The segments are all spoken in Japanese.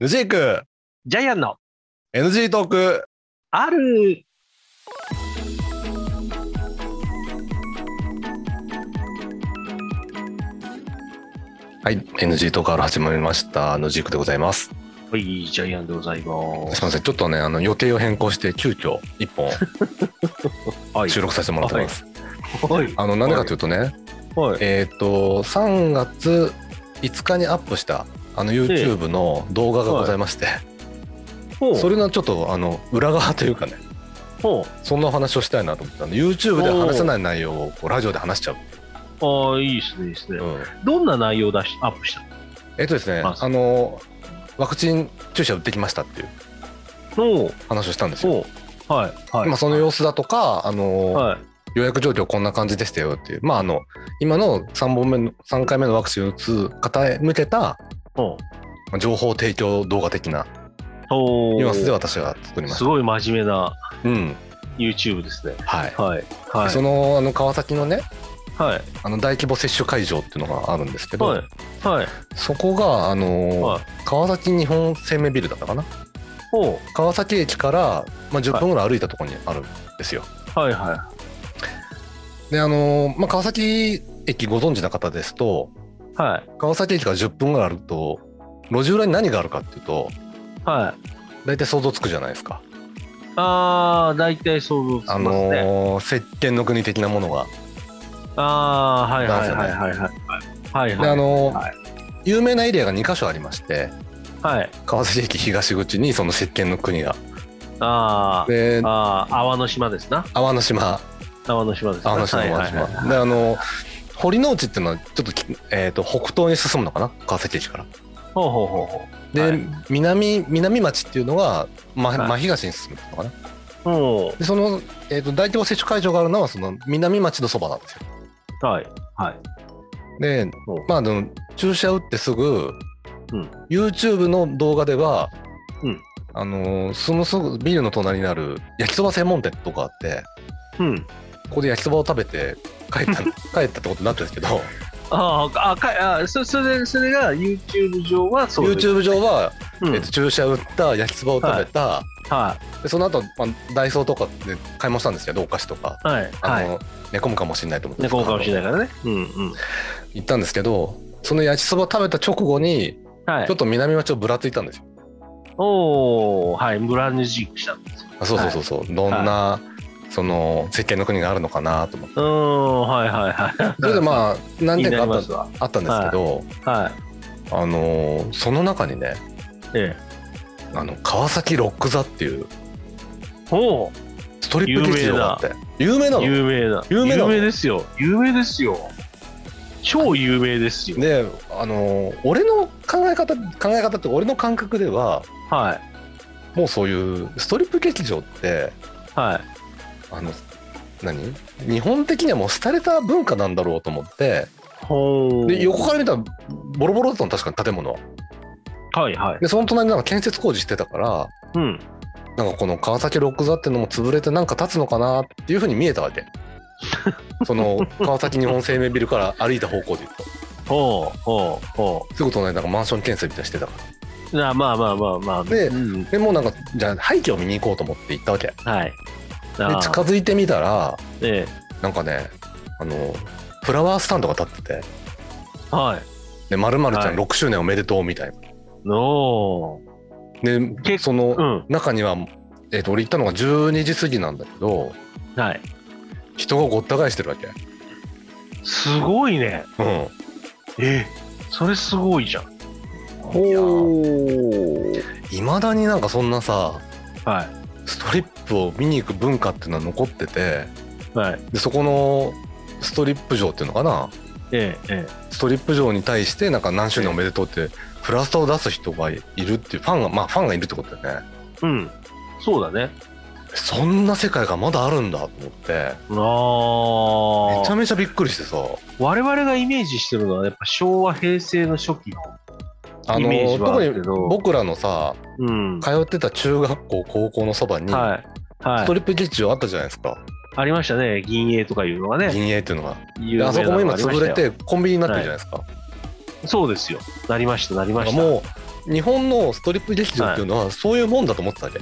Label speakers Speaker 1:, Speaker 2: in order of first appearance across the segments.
Speaker 1: ヌジーク
Speaker 2: ジャイアンの
Speaker 1: NG トーク
Speaker 2: ある
Speaker 1: はい NG トークから始まりましたヌジークでございます
Speaker 2: はい、ジャイアンでございますす。
Speaker 1: みませんちょっとねあの予定を変更して急遽一本
Speaker 2: は
Speaker 1: 収録させてもらってます、
Speaker 2: はい。
Speaker 1: あのなんでかというとね、
Speaker 2: はい。
Speaker 1: えっ、と3月5日にアップしたあの YouTube の動画がございまして、
Speaker 2: ほう。
Speaker 1: それのちょっとあの裏側というかね
Speaker 2: ほ
Speaker 1: そんなお話をしたいなと思ったの YouTube で話せない内容をこうラジオで話しちゃう、
Speaker 2: う。ああ、いいですね、いいですね。
Speaker 1: うん
Speaker 2: どんな内容を出し、アップした
Speaker 1: えっとですね
Speaker 2: あ
Speaker 1: あのワクチン注射打ってきましたっていう
Speaker 2: の
Speaker 1: 話をしたんですよ
Speaker 2: ほう。はい。はい。
Speaker 1: 今その様子だとかあの、
Speaker 2: は
Speaker 1: 予約状況こんな感じでしたよっていうまああの今の3本目の3回目のワクチンを打つ方へ向けた
Speaker 2: い。ほう。
Speaker 1: まあ情報提供動画的な
Speaker 2: ほう。
Speaker 1: ニュアンスで私が作りまし
Speaker 2: す
Speaker 1: た
Speaker 2: ごい真面目な
Speaker 1: うん、
Speaker 2: YouTube ですね。
Speaker 1: はい。
Speaker 2: はい。はい。
Speaker 1: そのあの川崎のね、
Speaker 2: はい。
Speaker 1: あの大規模接種会場っていうのがあるんですけど、
Speaker 2: はい。はい。
Speaker 1: そこがあのー
Speaker 2: はい
Speaker 1: 川崎日本生命ビルだったかな、
Speaker 2: ほ
Speaker 1: 川崎駅からまあ10分ぐらい歩いたところにあるんですよ。
Speaker 2: う。はいは
Speaker 1: で、あのーまあ川崎駅ご存知の方ですと、
Speaker 2: い。はい。
Speaker 1: 川崎駅から10分ぐらい歩くと路地裏に何があるかっていうと、
Speaker 2: はい。
Speaker 1: 大体想像つくじゃないですか。
Speaker 2: ああ、大体想像つき
Speaker 1: あ
Speaker 2: ますね。
Speaker 1: のー石鹸の国的なものが、
Speaker 2: ああ、はいはいはいはいはい。はい
Speaker 1: で
Speaker 2: はい。
Speaker 1: あのー
Speaker 2: は
Speaker 1: 有名なエリアが2箇所ありまして、
Speaker 2: はい。
Speaker 1: 川崎駅東口にその石鹸の国が、
Speaker 2: あー
Speaker 1: で
Speaker 2: あー、泡の島ですな。
Speaker 1: 泡の島
Speaker 2: 泡の島ですな。
Speaker 1: あの島
Speaker 2: はい
Speaker 1: の
Speaker 2: はい
Speaker 1: 島
Speaker 2: はい
Speaker 1: であの堀之内っていうのはちょっとき、えー、と北東に進むのかな川崎駅から
Speaker 2: ほうほうほうほう。
Speaker 1: で、
Speaker 2: はい
Speaker 1: 南南町っていうのが、ま
Speaker 2: はい
Speaker 1: 真東に進むのかな
Speaker 2: うん。
Speaker 1: でその、えー、と大規模接種会場があるのはその南町のそばなんですよ
Speaker 2: はい。はい。
Speaker 1: で
Speaker 2: ほう
Speaker 1: まああの注射打ってすぐ、
Speaker 2: うん、
Speaker 1: YouTube の動画では、
Speaker 2: うん
Speaker 1: あのそのすぐビルの隣にある焼きそば専門店とかあって
Speaker 2: うん。
Speaker 1: ここで焼きそばを食べて帰 った帰ったってことになってるんですけど
Speaker 2: あーあ、かあそそれ、それが YouTube 上はそうです。
Speaker 1: YouTube 上は
Speaker 2: うん
Speaker 1: えっと、注射打った焼きそばを食べた、
Speaker 2: は
Speaker 1: でその後、まあダイソーとかで買い物したんですけどお菓子とか
Speaker 2: い。はい。
Speaker 1: あ
Speaker 2: はい。
Speaker 1: の、寝込むかもしれないと思って
Speaker 2: 猫かもしれない
Speaker 1: い
Speaker 2: からね。うんうん。
Speaker 1: 行ったんですけどその焼きそば食べた直後に
Speaker 2: はい
Speaker 1: ちょっ。と南町をぶらついたんですよ、
Speaker 2: おおはい。ブランニュジークしたんですよ。
Speaker 1: あそうそうそうそう、どんな、その設計の国があるのかなと思って
Speaker 2: うーん。はいはいはい。
Speaker 1: それでまあ何
Speaker 2: 気に
Speaker 1: 点か
Speaker 2: なり
Speaker 1: あ
Speaker 2: ま
Speaker 1: っ
Speaker 2: すわ。
Speaker 1: たあったんですけど、
Speaker 2: はい。
Speaker 1: あのーその中にね
Speaker 2: え
Speaker 1: あの川崎ロック座っていう
Speaker 2: え。ほ
Speaker 1: ストリップ劇場があって有名
Speaker 2: う。
Speaker 1: なの
Speaker 2: 有名な。
Speaker 1: 有名なの
Speaker 2: ですよ。有名ですよ。超有名ですよ。
Speaker 1: であのー俺の考え方考え方って俺の感覚では
Speaker 2: はい。
Speaker 1: もうそういうストリップ劇場って
Speaker 2: はい。
Speaker 1: あの何日本的にはもう廃れた文化なんだろうと思って
Speaker 2: ほう。
Speaker 1: で横から見たらボロボロだったの確かに建物は
Speaker 2: はいはい。
Speaker 1: でその隣になんか建設工事してたから
Speaker 2: うん。
Speaker 1: なんかこの川崎ロック座ってのも潰れてなんか立つのかなっていうふうに見えたわ けその川崎日本生命ビルから歩いた方向で言うと
Speaker 2: ほうほうほ
Speaker 1: すぐ隣なんかマンション建設みたいなしてたから
Speaker 2: う。なまあまあまあまあ。
Speaker 1: で
Speaker 2: うん
Speaker 1: でもうなんかじゃあ廃墟を見に行こうと思って行ったわけで
Speaker 2: はい。あー
Speaker 1: 近づいてみたら
Speaker 2: え
Speaker 1: なんかね、あの、フラワースタンドが立ってて、
Speaker 2: えはい。
Speaker 1: で、まるまるちゃ
Speaker 2: はい
Speaker 1: ん6周年おめでとうみたいな。
Speaker 2: の
Speaker 1: で、
Speaker 2: 結
Speaker 1: その
Speaker 2: うん。
Speaker 1: 中には、えっ、と、俺行ったのが12時過ぎなんだけど、
Speaker 2: はい。
Speaker 1: 人がごった返してるわけ。
Speaker 2: すごいね。
Speaker 1: うん。
Speaker 2: えそれすごいじゃん。
Speaker 1: い
Speaker 2: ー。
Speaker 1: まだになんかそんなさ、
Speaker 2: はい。
Speaker 1: ストリップを見に行く文化っていうのは残ってて、
Speaker 2: はい。
Speaker 1: で、そこのストリップ場っていうのかな、
Speaker 2: ええ、え
Speaker 1: ストリップ場に対してなんか何周年おめでとうって、フラスタを出す人がいるっていうファンが、まあファンがいるってことだよね。
Speaker 2: え。うん。そうだね。
Speaker 1: そんな世界がまだあるんだと思って。め
Speaker 2: あ
Speaker 1: ちゃ
Speaker 2: あ。
Speaker 1: めちゃびっくりしてさ
Speaker 2: 我々がイメージしてるのは、やっぱ昭和、平成の初期の。
Speaker 1: あ
Speaker 2: イメージはある
Speaker 1: 特
Speaker 2: け
Speaker 1: に
Speaker 2: ど
Speaker 1: 僕らのさ
Speaker 2: うん。
Speaker 1: 通ってた中学校高校のそばに、
Speaker 2: はい。は
Speaker 1: スト
Speaker 2: い。
Speaker 1: リップ劇場あったじゃないですか
Speaker 2: ありましたね。銀営とかいうのがね。
Speaker 1: 銀営っていうのが
Speaker 2: 有
Speaker 1: で
Speaker 2: 名
Speaker 1: あそこも今潰れ
Speaker 2: なのがありま
Speaker 1: てコンビニになってるじゃないですか,、
Speaker 2: したよ。そうですよ。なりました、なりま
Speaker 1: なん
Speaker 2: し
Speaker 1: か
Speaker 2: た。
Speaker 1: も日本のストリップ劇場っていうのはそういうもんだと思ってたわけ、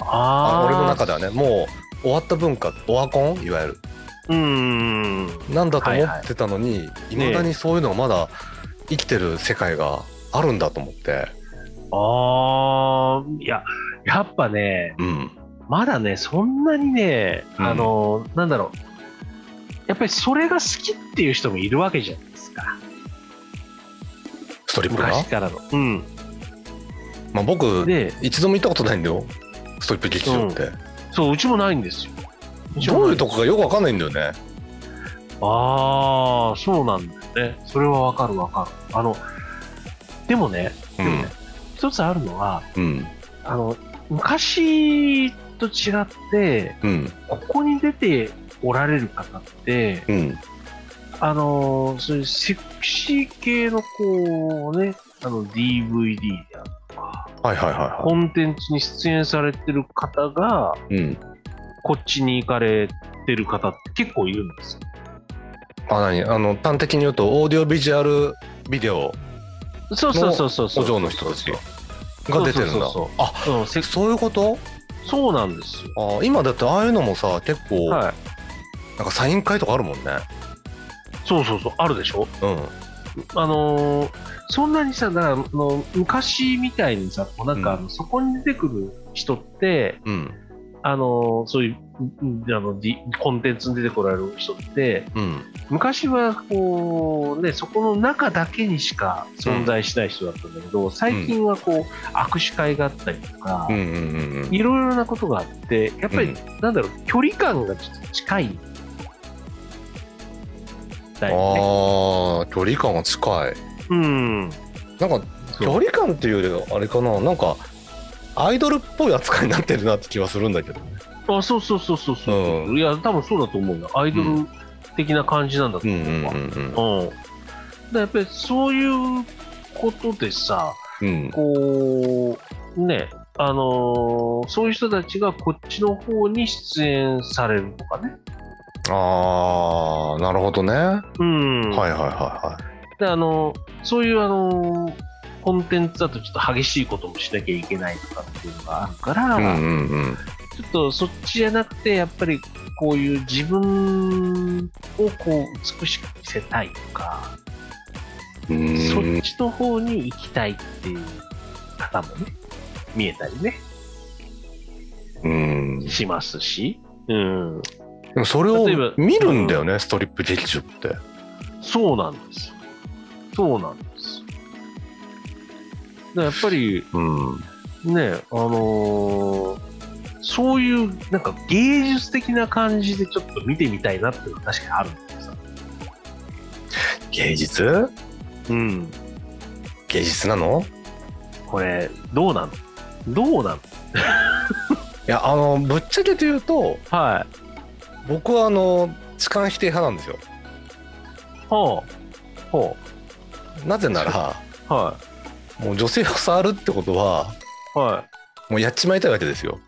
Speaker 1: あ
Speaker 2: あ
Speaker 1: の
Speaker 2: あ。
Speaker 1: 俺の中ではねもう終わった文化オワコンいわゆる
Speaker 2: うん。
Speaker 1: なんだと思ってたのに、いま、
Speaker 2: ねえ
Speaker 1: だにそういうのがまだ生きてる世界があるんだと思って、
Speaker 2: ああ。いや、やっぱね、
Speaker 1: うん、
Speaker 2: まだね、そんなにね、
Speaker 1: うん
Speaker 2: あの、なんだろう。やっぱりそれが好きっていう人もいるわけじゃないですか。
Speaker 1: ストリップが、
Speaker 2: 昔からの。うん。
Speaker 1: まあ、僕
Speaker 2: で、
Speaker 1: 一度も行ったことないんだよストリップ劇場って、
Speaker 2: そう、うちもないんですよ。ちも
Speaker 1: ど
Speaker 2: な
Speaker 1: ういうとこかよくわかんないんだよね
Speaker 2: ああ、そうなんだよね。それはわかるわかる。あの、でもね、
Speaker 1: う
Speaker 2: でもね、一つあるのは、
Speaker 1: ん
Speaker 2: あの、昔と違って、
Speaker 1: うん
Speaker 2: ここに出ておられる方って、
Speaker 1: うん
Speaker 2: あのー、そういうセクシー系のこうね、あの DVD であるとか、
Speaker 1: はいはいはいは
Speaker 2: コンテンツに出演されてる方が、
Speaker 1: い、うん、
Speaker 2: こっちに行かれてる方って結構いるんですよ。
Speaker 1: あ何あの端的に言うとオーディオビジュアルビデオ
Speaker 2: そうそうそうそうそう。
Speaker 1: お嬢の人たち
Speaker 2: そう
Speaker 1: が出てるんだ
Speaker 2: そうそうそうそう
Speaker 1: あ
Speaker 2: そううんせ
Speaker 1: そういうこと
Speaker 2: そうなんですよ。
Speaker 1: あ今だってああいうのもさ結構、
Speaker 2: はい。
Speaker 1: なんかサイン会とかあるもんね
Speaker 2: そうそうそう、あるでしょ
Speaker 1: うん
Speaker 2: あのーそんなにさ、だからあの昔みたいにさ、こうなんか、
Speaker 1: うん
Speaker 2: あのそこに出てくる人って、
Speaker 1: うん
Speaker 2: あのーそういううんあのディコンテンツに出てこられる人って、
Speaker 1: うん
Speaker 2: 昔はこう、ね、そこの中だけにしか存在しない人だったんだけど、最近はこう握手会があったりとか、
Speaker 1: うんうんうんうん
Speaker 2: いろいろなことがあって、やっぱ
Speaker 1: う
Speaker 2: り、
Speaker 1: ん
Speaker 2: なんだろう、距離感がちょっと近い。だよ
Speaker 1: あ
Speaker 2: ね。
Speaker 1: あ距離感が近い
Speaker 2: う
Speaker 1: な
Speaker 2: ん。
Speaker 1: んか
Speaker 2: そう
Speaker 1: 距離感っていうよりはあれかななんかアイドルっぽい扱いになってるなって気はするんだけどね
Speaker 2: あそうそうそうそうそう、
Speaker 1: う
Speaker 2: いや多分そうだと思うなアイドル的な感じなんだと
Speaker 1: うん
Speaker 2: 思う
Speaker 1: うん
Speaker 2: わ、
Speaker 1: うん
Speaker 2: うんだからやっぱりそういうことでさ
Speaker 1: うん
Speaker 2: こうねあのーそういう人たちがこっちの方に出演されるとかね
Speaker 1: ああなるほどね、
Speaker 2: うん、
Speaker 1: はいはいはいはい
Speaker 2: であのそういうあのーコンテンツだとちょっと激しいこともしなきゃいけないとかっていうのがあるから、
Speaker 1: うんうんうん
Speaker 2: ちょっとそっちじゃなくて、やっぱりこういう自分をこう美しく見せたいとか、
Speaker 1: う
Speaker 2: そ
Speaker 1: ー
Speaker 2: っ
Speaker 1: ん
Speaker 2: ちの方に行きたいっていう方もね、見えたりね、
Speaker 1: うんで
Speaker 2: しますし、うん、
Speaker 1: もそれ
Speaker 2: 例えば
Speaker 1: を見るんだよね、ストリップ劇場って
Speaker 2: そうなんですよ。そうなんですよ。だからやっぱり
Speaker 1: うん
Speaker 2: ね、あのーそういうなんか芸術的な感じでちょっと見てみたいなっていうのは確かにあるんですよ。
Speaker 1: 芸術
Speaker 2: うん。
Speaker 1: 芸術なの
Speaker 2: これ、どうなのどうなの
Speaker 1: いやあのぶっちゃけて言うと
Speaker 2: はい。
Speaker 1: 僕はあの痴漢否定派なんですよ
Speaker 2: ほう。ほ
Speaker 1: なぜなら
Speaker 2: う。は。
Speaker 1: もう女性を触るってことはい
Speaker 2: は
Speaker 1: もうやっちまいたいわけですよ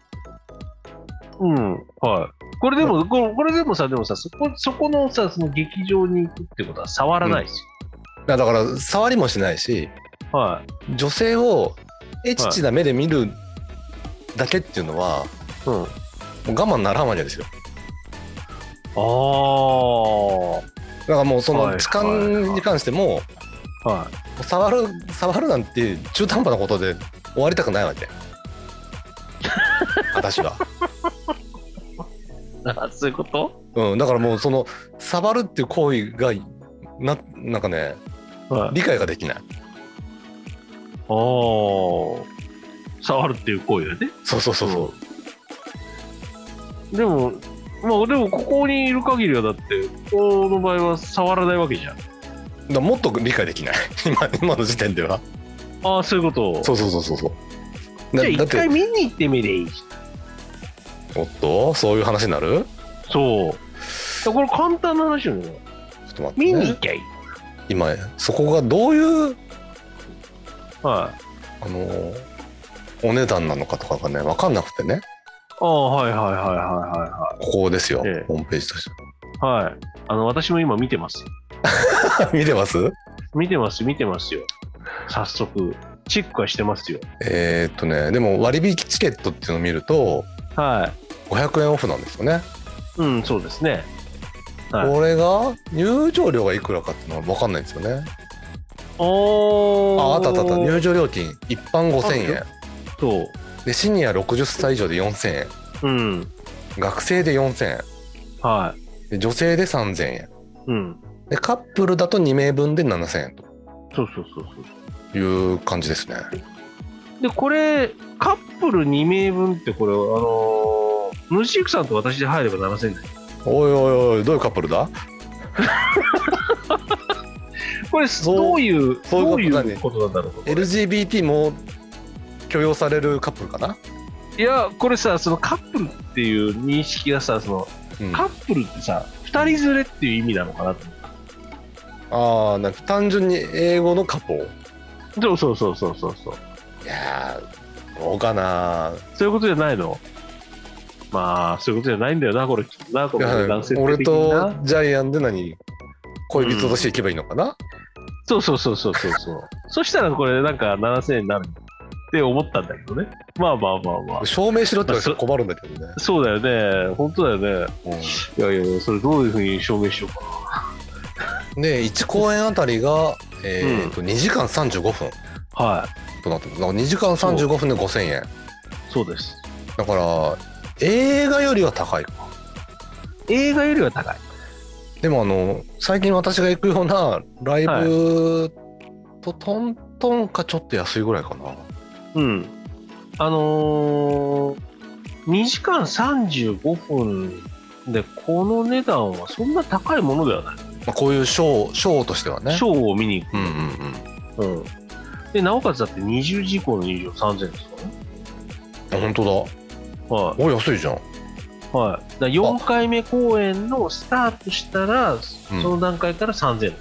Speaker 2: い。うん。はい。これでも、ここれでもさ、でもさ、そこ、そこのさ、その劇場に行くってことは触らないです
Speaker 1: だから触りもしないし
Speaker 2: よ。は
Speaker 1: 女性をエッチな目で見るだけっていうのは、
Speaker 2: い。うん。あ
Speaker 1: もう我慢ならんわけですよ
Speaker 2: あ。は
Speaker 1: だからもうそ
Speaker 2: はい
Speaker 1: の痴漢に関しても、もう触る触るなんて中途半端なことで終わりたくない わけ私は、
Speaker 2: い。あそういうこと
Speaker 1: うん、だからもうその触るっていう行為がななんかね
Speaker 2: はい。
Speaker 1: 理解ができない
Speaker 2: ああ。触るっていう行為だよね。
Speaker 1: そうそうそうそう、
Speaker 2: でも、まあでもここにいる限りはだって、ここの場合は触らないわけじゃん。
Speaker 1: だからもっと理解できない 今今の時点では
Speaker 2: ああ、そういうこと。
Speaker 1: そうそうそうそうそう
Speaker 2: じゃあ
Speaker 1: だ
Speaker 2: 一
Speaker 1: だ
Speaker 2: 回
Speaker 1: って
Speaker 2: 見に行ってみればいいじゃん
Speaker 1: おっとそういう話になる
Speaker 2: そう。だからこれ簡単な話よね。
Speaker 1: ちょっと待って、ね、
Speaker 2: 見に行きゃいい。
Speaker 1: 今そこがどういう
Speaker 2: はい。
Speaker 1: あのーお値段なのかとかがね分かんなくてね
Speaker 2: ああ、はいはいは
Speaker 1: ここですよ、
Speaker 2: ええ
Speaker 1: ホームページとして
Speaker 2: いはいはい。はい。あの、私も今見てます。
Speaker 1: 見てます
Speaker 2: 見てます、見てますよ。早速。チェックはしてますよ。
Speaker 1: えーっとねでも割引チケットっていうのを見ると
Speaker 2: は
Speaker 1: 500円オフなんですよね、
Speaker 2: い。うん、そうですね。はい
Speaker 1: これが入場料がいくらかっていうのは分かんないんですよね
Speaker 2: おー。
Speaker 1: ああったあったあった入場料金一般5000円
Speaker 2: そ
Speaker 1: でシニア60歳以上で4000円
Speaker 2: う。うん。
Speaker 1: 学生で4000円
Speaker 2: はい。
Speaker 1: で女性で3000円
Speaker 2: うん。
Speaker 1: でカップルだと2名分で7000円
Speaker 2: そうそうそうそう。
Speaker 1: という感じですね
Speaker 2: で、これ、カップル2名分って、これ、あのー、ヌシークさんと私で入れば7000円だよ
Speaker 1: おいおいおいどういうカップルだ
Speaker 2: これ、
Speaker 1: そう
Speaker 2: どういう、ど
Speaker 1: そうう
Speaker 2: い
Speaker 1: いうことだね
Speaker 2: うことなんだろうこれ
Speaker 1: LGBT も許容されるカップルかな、
Speaker 2: いや、これさ、そのカップルっていう認識がさ、その
Speaker 1: うん
Speaker 2: カップルってさ、二人連れっていう意味なのかなと思
Speaker 1: ああなんか単純に英語のカポー
Speaker 2: って。そうそうそうそうそうそう。
Speaker 1: いやーどうかな
Speaker 2: そういうことじゃないのまあ、そういうことじゃないんだよな、これ、きっとな、こ
Speaker 1: い
Speaker 2: の
Speaker 1: や
Speaker 2: 男性
Speaker 1: 俺
Speaker 2: 的に
Speaker 1: と
Speaker 2: な。
Speaker 1: ジャイアンで何恋人として行けばいいのかな、
Speaker 2: そうそうそうそうそうそう。 そしたらこれ、なんか7000円になるって思ったんだけどね。まあまあまあまあ。
Speaker 1: 証明しろって言われた
Speaker 2: そ
Speaker 1: ら困るんだけどね、
Speaker 2: そうだよね。本当だよね。いやいやいや、それどういうふうに証明しようか
Speaker 1: で1公演あたりが、えーと2時間35分
Speaker 2: な。はい。
Speaker 1: となってますだから2時間35分で5000円
Speaker 2: そうです。
Speaker 1: だから映画よりは高いか
Speaker 2: 映画よりは高い。
Speaker 1: でもあの最近私が行くようなライブとトントンかちょっと安いぐらいかな、
Speaker 2: うん。あのー、2時間35分で、この値段はそんな高いものではない。
Speaker 1: まあ、こういうショーショーとしてはね
Speaker 2: ショーを見に行く。
Speaker 1: うんうんうん
Speaker 2: うん。で、なおかつだって20時以降の入場3000円ですからね。
Speaker 1: あ本当だ
Speaker 2: は
Speaker 1: お安いじゃん
Speaker 2: い。はい。だから4回目公演のスタートしたら、その段階から3000円。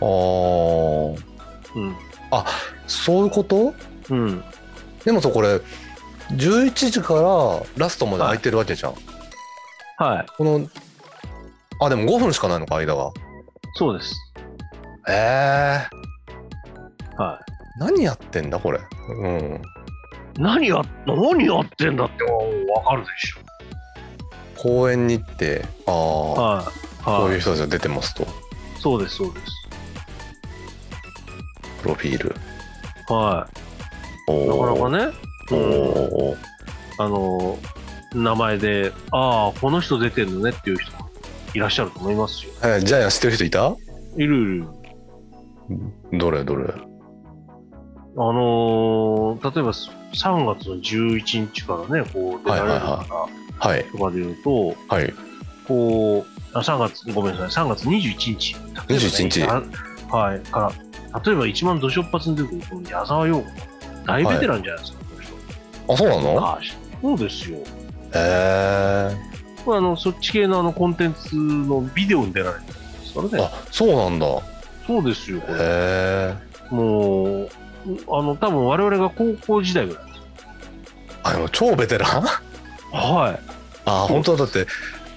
Speaker 1: あー
Speaker 2: うん。
Speaker 1: そういうこと
Speaker 2: うん。
Speaker 1: でもさこれ11時からラストまで空いてるわけじゃん、
Speaker 2: はい。
Speaker 1: このあでも5分しかないのか間が
Speaker 2: そうです。
Speaker 1: ええ
Speaker 2: は
Speaker 1: 何やってんだこれうん
Speaker 2: い。何や、何やってんだってわかるでし
Speaker 1: 公園に行ってああ、
Speaker 2: ょ。はい。
Speaker 1: こう
Speaker 2: はいい。
Speaker 1: う人たちが出てますと
Speaker 2: そうです、そうです。
Speaker 1: プロフィール
Speaker 2: は
Speaker 1: お
Speaker 2: い。な
Speaker 1: ー
Speaker 2: かなかね。
Speaker 1: お
Speaker 2: うん
Speaker 1: お
Speaker 2: あの、名前で、ああ、この人出てるのねっていう人もいらっしゃると思いますよ。
Speaker 1: えジャイアン知ってる人いた
Speaker 2: いるいる。
Speaker 1: どれどれ
Speaker 2: あのー例えばそ3月の11日からね、こう出られる方
Speaker 1: はい
Speaker 2: とかでいうと、
Speaker 1: はい
Speaker 2: こうあ、3月、ごめんなさい、3月21日。
Speaker 1: 21日
Speaker 2: 例えばねあはい、から、例えば一番土っ発に出てくるこの矢沢陽子、大ベテランじゃないですか、この人。
Speaker 1: あそうなの
Speaker 2: あそうですよ。
Speaker 1: ええ
Speaker 2: これあのそっち系のあのコンテンツのビデオに出られてるんですからね。
Speaker 1: あそうなんだへ
Speaker 2: そうですよ、これ。
Speaker 1: え
Speaker 2: もう、あの、多分我々が高校時代ぐらい。
Speaker 1: あでも超ベテラン
Speaker 2: は
Speaker 1: あ本当だだって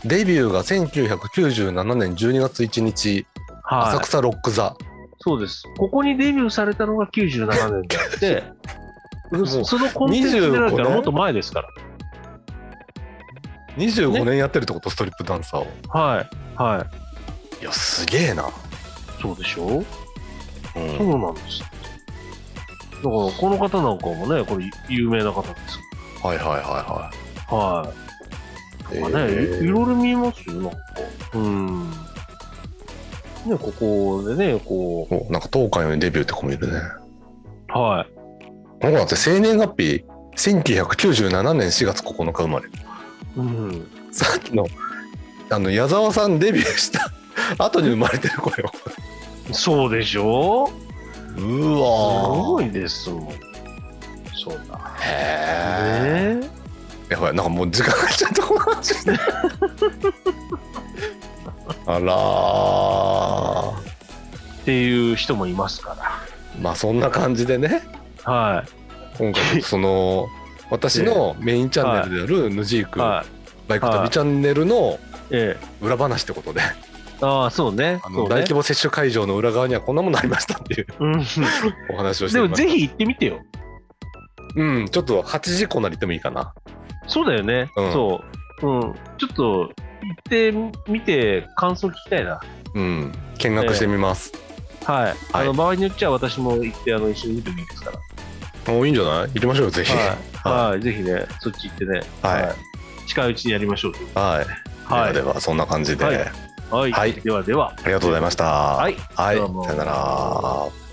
Speaker 1: デビューが1997年12月1日
Speaker 2: い。
Speaker 1: 浅
Speaker 2: はい。
Speaker 1: 草ロック座
Speaker 2: そうです。ここにデビューされたのが97年であ って、
Speaker 1: もう
Speaker 2: そそのコンテンツでなんてのはもっと前ですから。
Speaker 1: 25年やってるってことストリップダンサーを
Speaker 2: はい。はい。
Speaker 1: いやすげえな
Speaker 2: そうでしょ
Speaker 1: う
Speaker 2: うんそうなんです。だから、この方なんかもね、これ有名な方です
Speaker 1: はいはいは
Speaker 2: から。はい。
Speaker 1: い
Speaker 2: まあ
Speaker 1: はい
Speaker 2: ね、
Speaker 1: え
Speaker 2: いい
Speaker 1: ー
Speaker 2: ろいろ見えますよ、なんか。うん。ね、ここでね、こ
Speaker 1: おなんか東海のデビューって子もいるね
Speaker 2: う、はい。
Speaker 1: この子だって生年月日1997年4月9日生まれ
Speaker 2: うん。
Speaker 1: さっきのあの矢沢さんデビューした後に生まれてる子よ
Speaker 2: そうでしょ
Speaker 1: う
Speaker 2: すご
Speaker 1: わー
Speaker 2: いですもん。そうだ。
Speaker 1: へえ
Speaker 2: ねえ
Speaker 1: やばいなんかもう時間がちゃんとこの話して あらー
Speaker 2: っていう人もいますか
Speaker 1: まあそんな感じでね
Speaker 2: ら。は
Speaker 1: 今回その私のメインチャンネルであるヌジー
Speaker 2: い。
Speaker 1: ク
Speaker 2: は
Speaker 1: バイク旅チャンネルの
Speaker 2: い。ええ。
Speaker 1: 裏話ってことで
Speaker 2: ああ、そうね。
Speaker 1: あ
Speaker 2: そ
Speaker 1: の
Speaker 2: うね
Speaker 1: 大規模接種会場の裏側にはこんなものありましたっていう
Speaker 2: うん。
Speaker 1: お話をして
Speaker 2: で
Speaker 1: い
Speaker 2: も
Speaker 1: ました
Speaker 2: ぜひ行ってみてよ。
Speaker 1: うん、ちょっと8時以降なり行ってもいいかな。
Speaker 2: そうだよね。
Speaker 1: うん
Speaker 2: そう。うん。ちょっと行ってみて感想聞きたいな。
Speaker 1: うん、見学してみます。
Speaker 2: はい。あの場合によっちゃ私も行ってあの一緒に見てもいいですから。
Speaker 1: おいいんじゃない行きましょうよ、ぜひ。 は
Speaker 2: はい。はい。ぜひね、そっち行ってね。
Speaker 1: はい
Speaker 2: 近いうちにやりましょうと。
Speaker 1: い。
Speaker 2: はい
Speaker 1: ではでは、そんな感じで、
Speaker 2: はい
Speaker 1: あ
Speaker 2: はい。
Speaker 1: はい
Speaker 2: ではでは。
Speaker 1: りがとうございました。
Speaker 2: はい。
Speaker 1: はい、
Speaker 2: どうも
Speaker 1: さよなら。